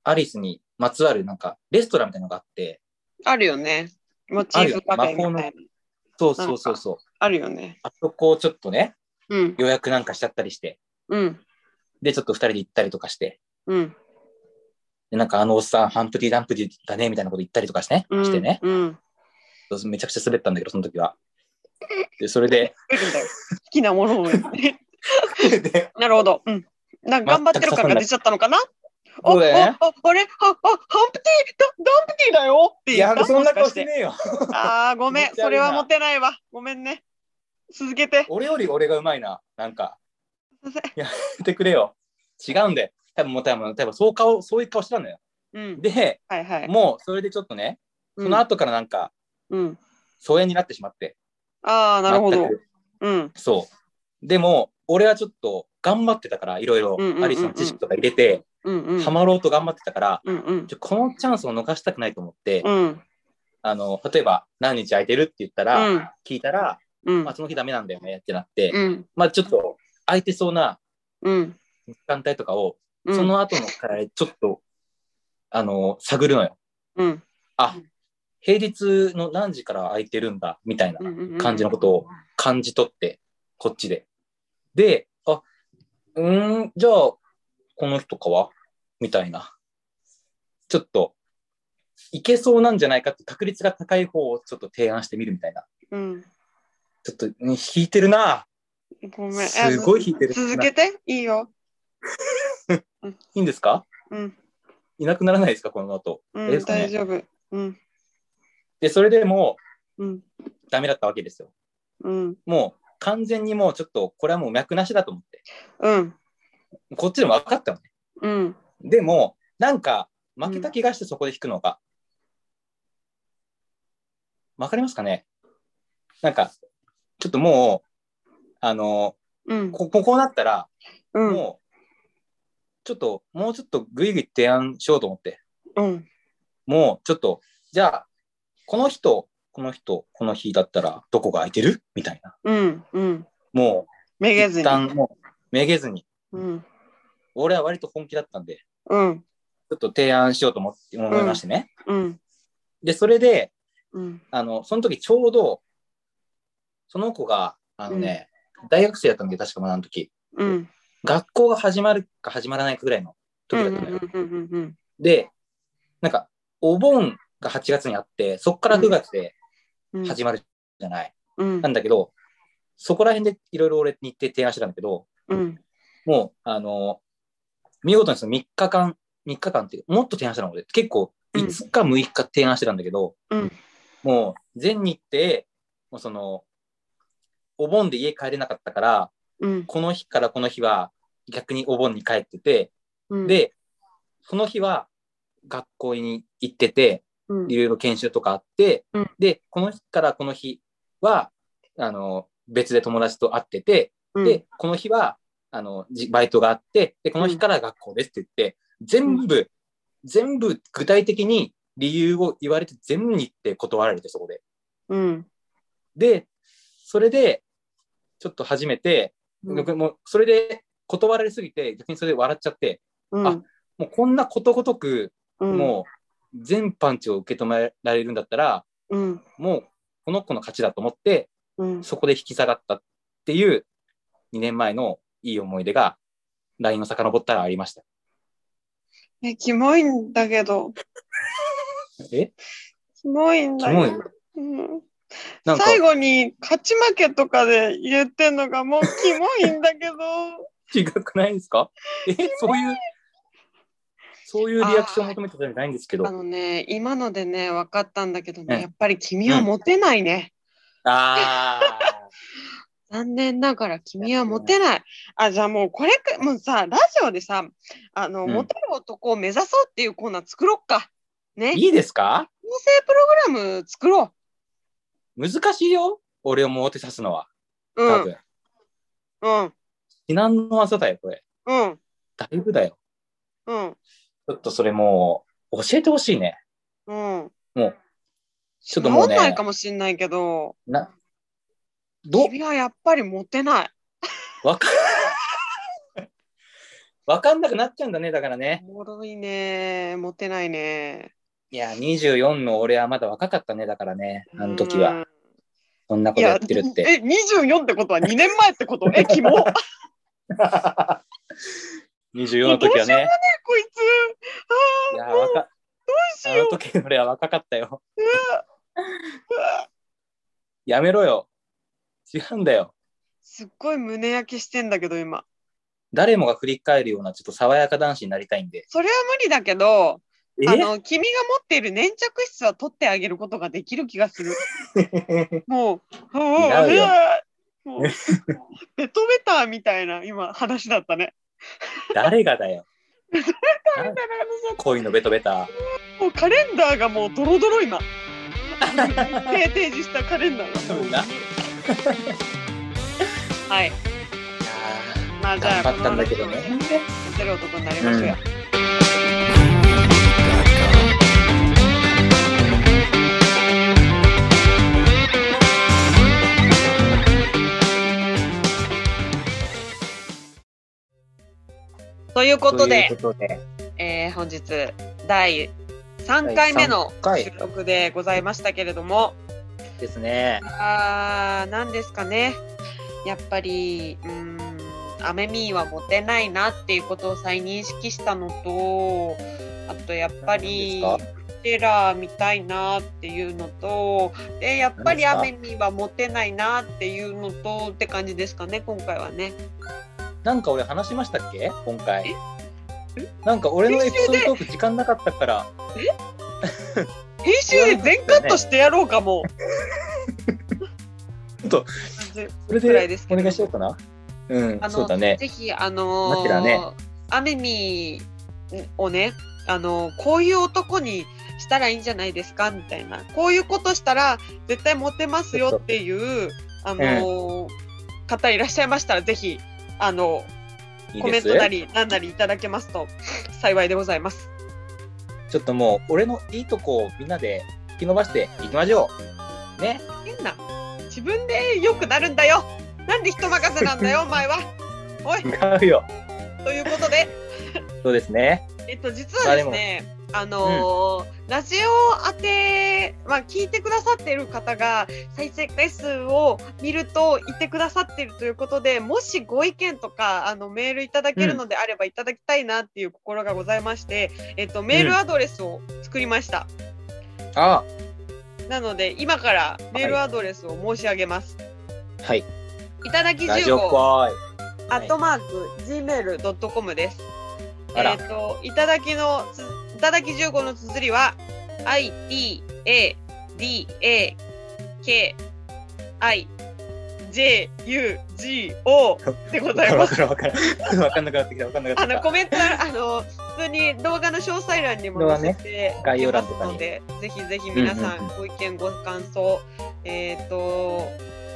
アリスにまつわるなんか、レストランみたいなのがあって、
あるよねモチーフパテみたい
あるよ魔
な
そうそうそうそう、
あるよね
あそこをちょっとね、
うん
予約なんかしちゃったりして、
うん
で、ちょっと二人で行ったりとかして、
うん
で、なんかあのおっさん、ハンプティ・ダンプティだね、みたいなこと言ったりとかしてね、してね、
うん。うん
めちゃくちゃ滑ったんだけど、その時は。で、それ で、
いいんだよ好きなものを。
で
なるほど。うん。なんか頑張ってる感が出ちゃったのかな。
そうだよね。
あ、ああれ、あ、あ、ハンプティ、ダダンプティだよって
い
言っ
や
た。、
そんな顔して
もか
ねえよ。
ああ、ごめ
気
ん、
持ち悪いな
それはモテないわ。ごめんね。続けて。
俺より俺がうまいな、なんか。
すいません
ってくれよ。違うんだよ。多分もう多分、多分そう顔、そういう顔してたんだよ。
うん。
で、
はいはい。
もうそれでちょっとね、
うん
その後からなんか、
うん。
疎遠になってしまって。
ああ、なるほど
全。く
うん。
そう。でも、俺はちょっと頑張ってたから、いろいろ
うんうんうんうん
アリスの知識とか入れて、
うんうん。
ハマろうと頑張ってたから、
うんうん
ち。ょこのチャンスを逃したくないと思って、
うん。
あの、例えば、何日空いてるって言ったら、
うん
聞いたら、
うん
まあ、その日ダメなんだよねってなって、
うん
まあ、ちょっと空いてそうな
うん
時間帯とかを、
うん
その後のからちょっと、あの、探るのよ。
うん
平日の何時から空いてるんだ、みたいな
うんうんうん
感じのことを感じ取って、こっちで。で、あ、うーん、じゃあ、この人かはみたいな。ちょっと、いけそうなんじゃないかって確率が高い方をちょっと提案してみるみたいな。
うん
ちょっと、うん引いてるな
ごめん
すごい
あ
引いてる
続けていいよ
いいんですか
うん
いなくならないですかこの後。
う
いいで
ん
すかね
大丈夫うん
で、それでも
うん
うダメだったわけですよ。
うん
もう完全にもうちょっと、これはもう脈なしだと思って。
うん
こっちでも分かったのね。
うん
でも、なんか、負けた気がしてそこで引くのが。わ、かりますかねなんか、ちょっともう、あの、
うん
こここうなったら、
うん
もう、ちょっと、もうちょっとぐいぐい提案しようと思って、
うん
もうちょっと、じゃあ、この人、この人、この日だったら、どこが空いてるみたいな。
うんうん
も
め
う、
げずに
一旦もう、めげずに。
うん
俺は割と本気だったんで、
うん
ちょっと提案しようと思って思いましてね。
うん
で、それで、
うん
あの、その時ちょうど、その子が、あのね、大学生だったんで、確かまだあの時、
うん
学校が始まるか始まらないかぐらいの
うん
時だったのよ。
うんうんうん
で、なんか、お盆が8月にあって、そっから9月で
うん
始まるじゃない。
うん
なんだけど、そこら辺でいろいろ俺日程提案してたんだけど、
うん
もう、あの、見事にその3日間、3日間っていう、もっと提案してたので、結構
うん
5日6日提案してたんだけど、
うん
もう全日程、もうその、お盆で家帰れなかったから、
うん
この日からこの日は逆にお盆に帰ってて、
うん
で、その日は学校に行ってて、
うん
いろいろ研修とかあって、
うん
で、この日からこの日は、あの、別で友達と会ってて、
うん
で、この日は、あの、じバイトがあって、で、この日から学校ですって言って、全部、全部具体的に理由を言われて、全部にって断られて、そこで。
うん
で、それで、ちょっと初めて、
うん
僕もうそれで断られすぎて、逆にそれで笑っちゃって、
うん
あもうこんなことごとく、
うん
もう全パンチを受け止められるんだったら、
うん
もうこの子の勝ちだと思って、
うん
そこで引き下がったっていう2年前のいい思い出が LINE の遡ったらありました。
えキモいんだけど
え
キモいん
キ
だ
モい
ようん
なんか
最後に勝ち負けとかで言ってんのがもうキモいんだ けど
違くないですかえそういう、そういうリアクションを求めてたんじゃないんですけど。
あのね今のでね分かったんだけど
うん
ねやっぱり君はモテないね、
あ
残念ながら君はモテないあじゃあもうこれくもうさラジオでさあの、
うん
モテる男を目指そうっていうコーナー作ろっかね
ー。
養成
いいですか
プログラム作ろ
難しいよ。俺をもてさすのは。
うう
多
ん
分。
うん
至難の技だよ、これ。
うん
だいぶだよ。
うん
ちょっとそれもう、教えてほしいね。
うん
もうちょっともうね
治んないかもしんないけど
な、ど、
君はやっぱりモテない
わか、 わかんなくなっちゃうんだね、だからね。
おもろいねモテないね
いや、24の俺はまだ若かったね、だからね、あの時
う
は。
ん。
そんないことや
や
ってるっ
え
て。
24ってことは2年前ってことえ キモこ
24の時はね、
いつ
いや時よりは若かったよ。やめろよ。違うんだよ。
すっごい胸焼けしてんだけど今
誰もが振り返るようなちょっと爽やか男子になりたいんで。
それは無理だけどあ
え
の君が持っている粘着質は取ってあげることができる気がす るもうもう
違うよ
もうベトベターみたいな今話だったね
誰がだよ。
みたいな話だっ
恋のベトベタ。
たもうカレンダーがもうドロドロ 今提提示したカレンダーがもう
な
はいまあじゃあ
頑張ったんだけどね
この話をする男になりましょうよ、
うん
ということで
ということで。
えー本日第3回目の
第
収
三回
録でございましたけれども、
ですね。
あー何ですかねやっぱりうーんアメミーはモテないなっていうことを再認識したのとあとやっぱり
何で
テラーみたいなっていうのとでやっぱりアメミーはモテないなっていうのとって感じですかね今回はね。
なんか俺話しましたっけ今回
ええ。
なんか俺のエピソードトーク時間なかったから。
編集で全カットしてやろうかもう。
ちょっとそれ
くらいで
です
け
お
ど
願いしようかな。うん
あ、の
そうだね。
ぜひ、あのー
待ってだね
アメミをね、あのーこういう男にしたらいいんじゃないですかみたいな、こういうことしたら絶対モテますよっていう、あのー方いらっしゃいましたら、ぜひ、あの
いい
コメ
で
ントな
す。
り、なんなりいただけますと幸いでございます。
ちょっともう、俺のいいとこをみんなで引き伸ばしていきましょう。ね。
変な、自分で良くなるんだよ。なんで人任せなんだよ、お前は。おい、
違うよ。
ということで。
そうですね。
えっと、実はですね、あのーラジオ当て、まあ、聞いてくださっている方が再生回数を見ると言ってくださっているということで、もしご意見とかあのメールいただけるのであればいただきたいなっていう心がございまして、えっと、メールアドレスを作りました。
あ
なので、今からメールアドレスを申し上げます。
はい。
い、ただき
ラジオ
15。
怖い。
アットマーク gmail.com です。え
あら
っ、と、いただきのつ、いただき15の綴りは、i, t, a, d, a, k, i, j, u, g, o でございま
わ
す。
かるわかる。わかんなくなってきた。わかんなくな
あ
って
の、
き
コメント、あの、普通に動画の詳細欄にも
動画
載
ね
せて、
概要欄とかに
ので、ぜひぜひ皆さ
うん
ん、ご意見、ご感想、えっ、と、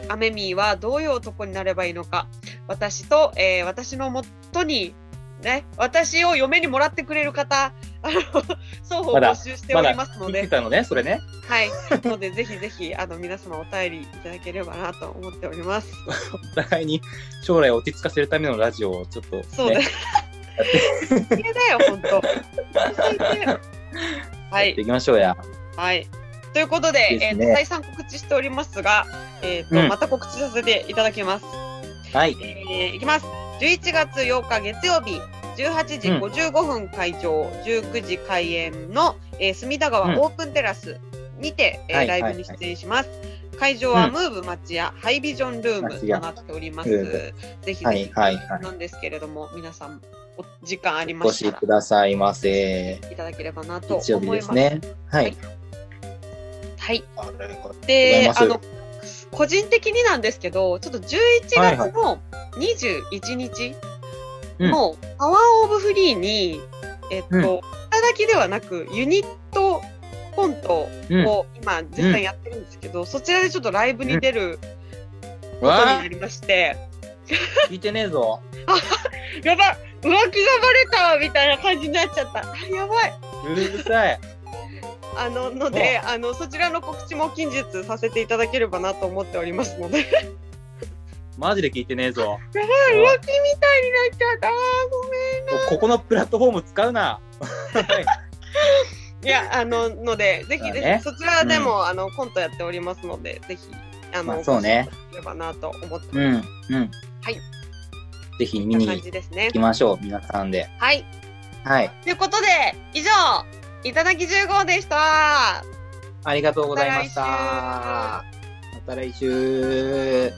アメミーはどういう男になればいいのか、私と、えー私のもとに、ね、私を嫁にもらってくれる方、あの、双方
まだ
募集しております
た。
の
聞いて
で、
たのね、それね。
はい、ので、ぜひぜひ、あの、皆様お便りいただければなと思っております。
お互いに将来を落ち着かせるためのラジオをちょっと、ね。
そうだ。 最低だよ、本当。最低。は
やって
い、
いきましょうや。
はい。ということで、
です
え
ね
ー、再三告知しておりますが、えーと
うん
また告知させていただきます。
はい。
えーいきます。11月8日月曜日、18時
うん
55分開場、19時開演の、えー隅田
うん
川オープンテラスにて、えー
はい
ライブに出演します。会場は
うん
ムーブ町屋、ハイビジョンルームと
町屋
なっております。
ムーブ
ぜひぜひ、
はいはいはい
なんですけれども、皆さん、お時間ありま
お越
し
したくださいませ。
らいただければなと
日曜日
思い
で
ます。
すね。は
はい
い。
はい。
ありがとうござい
で
ま、す
あの、個人的になんですけど、ちょっと11
はいは
月の21日
うん
のパワーオブフリーに、えっと、
うん
いただきではなく、ユニットコント
うん。
を今、実際やってるんですけど、そちらでちょっとライブに出ることに
わあ
な、りまして、
聞いてねえぞ。
やばい浮気がバレたわみたいな感じになっちゃった。あやばいう
るさい。
あの、ので、あの、そちらの告知も近日させていただければなと思っておりますので。
マジで聞いてねえぞ。
やばい、浮気みたいになっちゃった。あーごめんな。
ここのプラットフォーム使 うな。
いや、あの、ので、ぜひぜひ、
そうね
そちらでも、あの、コントやっておりますので、ぜひ、あの、
まあそう
ご覧い
ね
ただければなと思って、。
うん。うん。はいぜひ見
こん
に
な感
行
じですね。
きましょう。皆さんで。
はい。
はい。
ということで、以上、いただき10号でした。
ありがとうございました。また来週。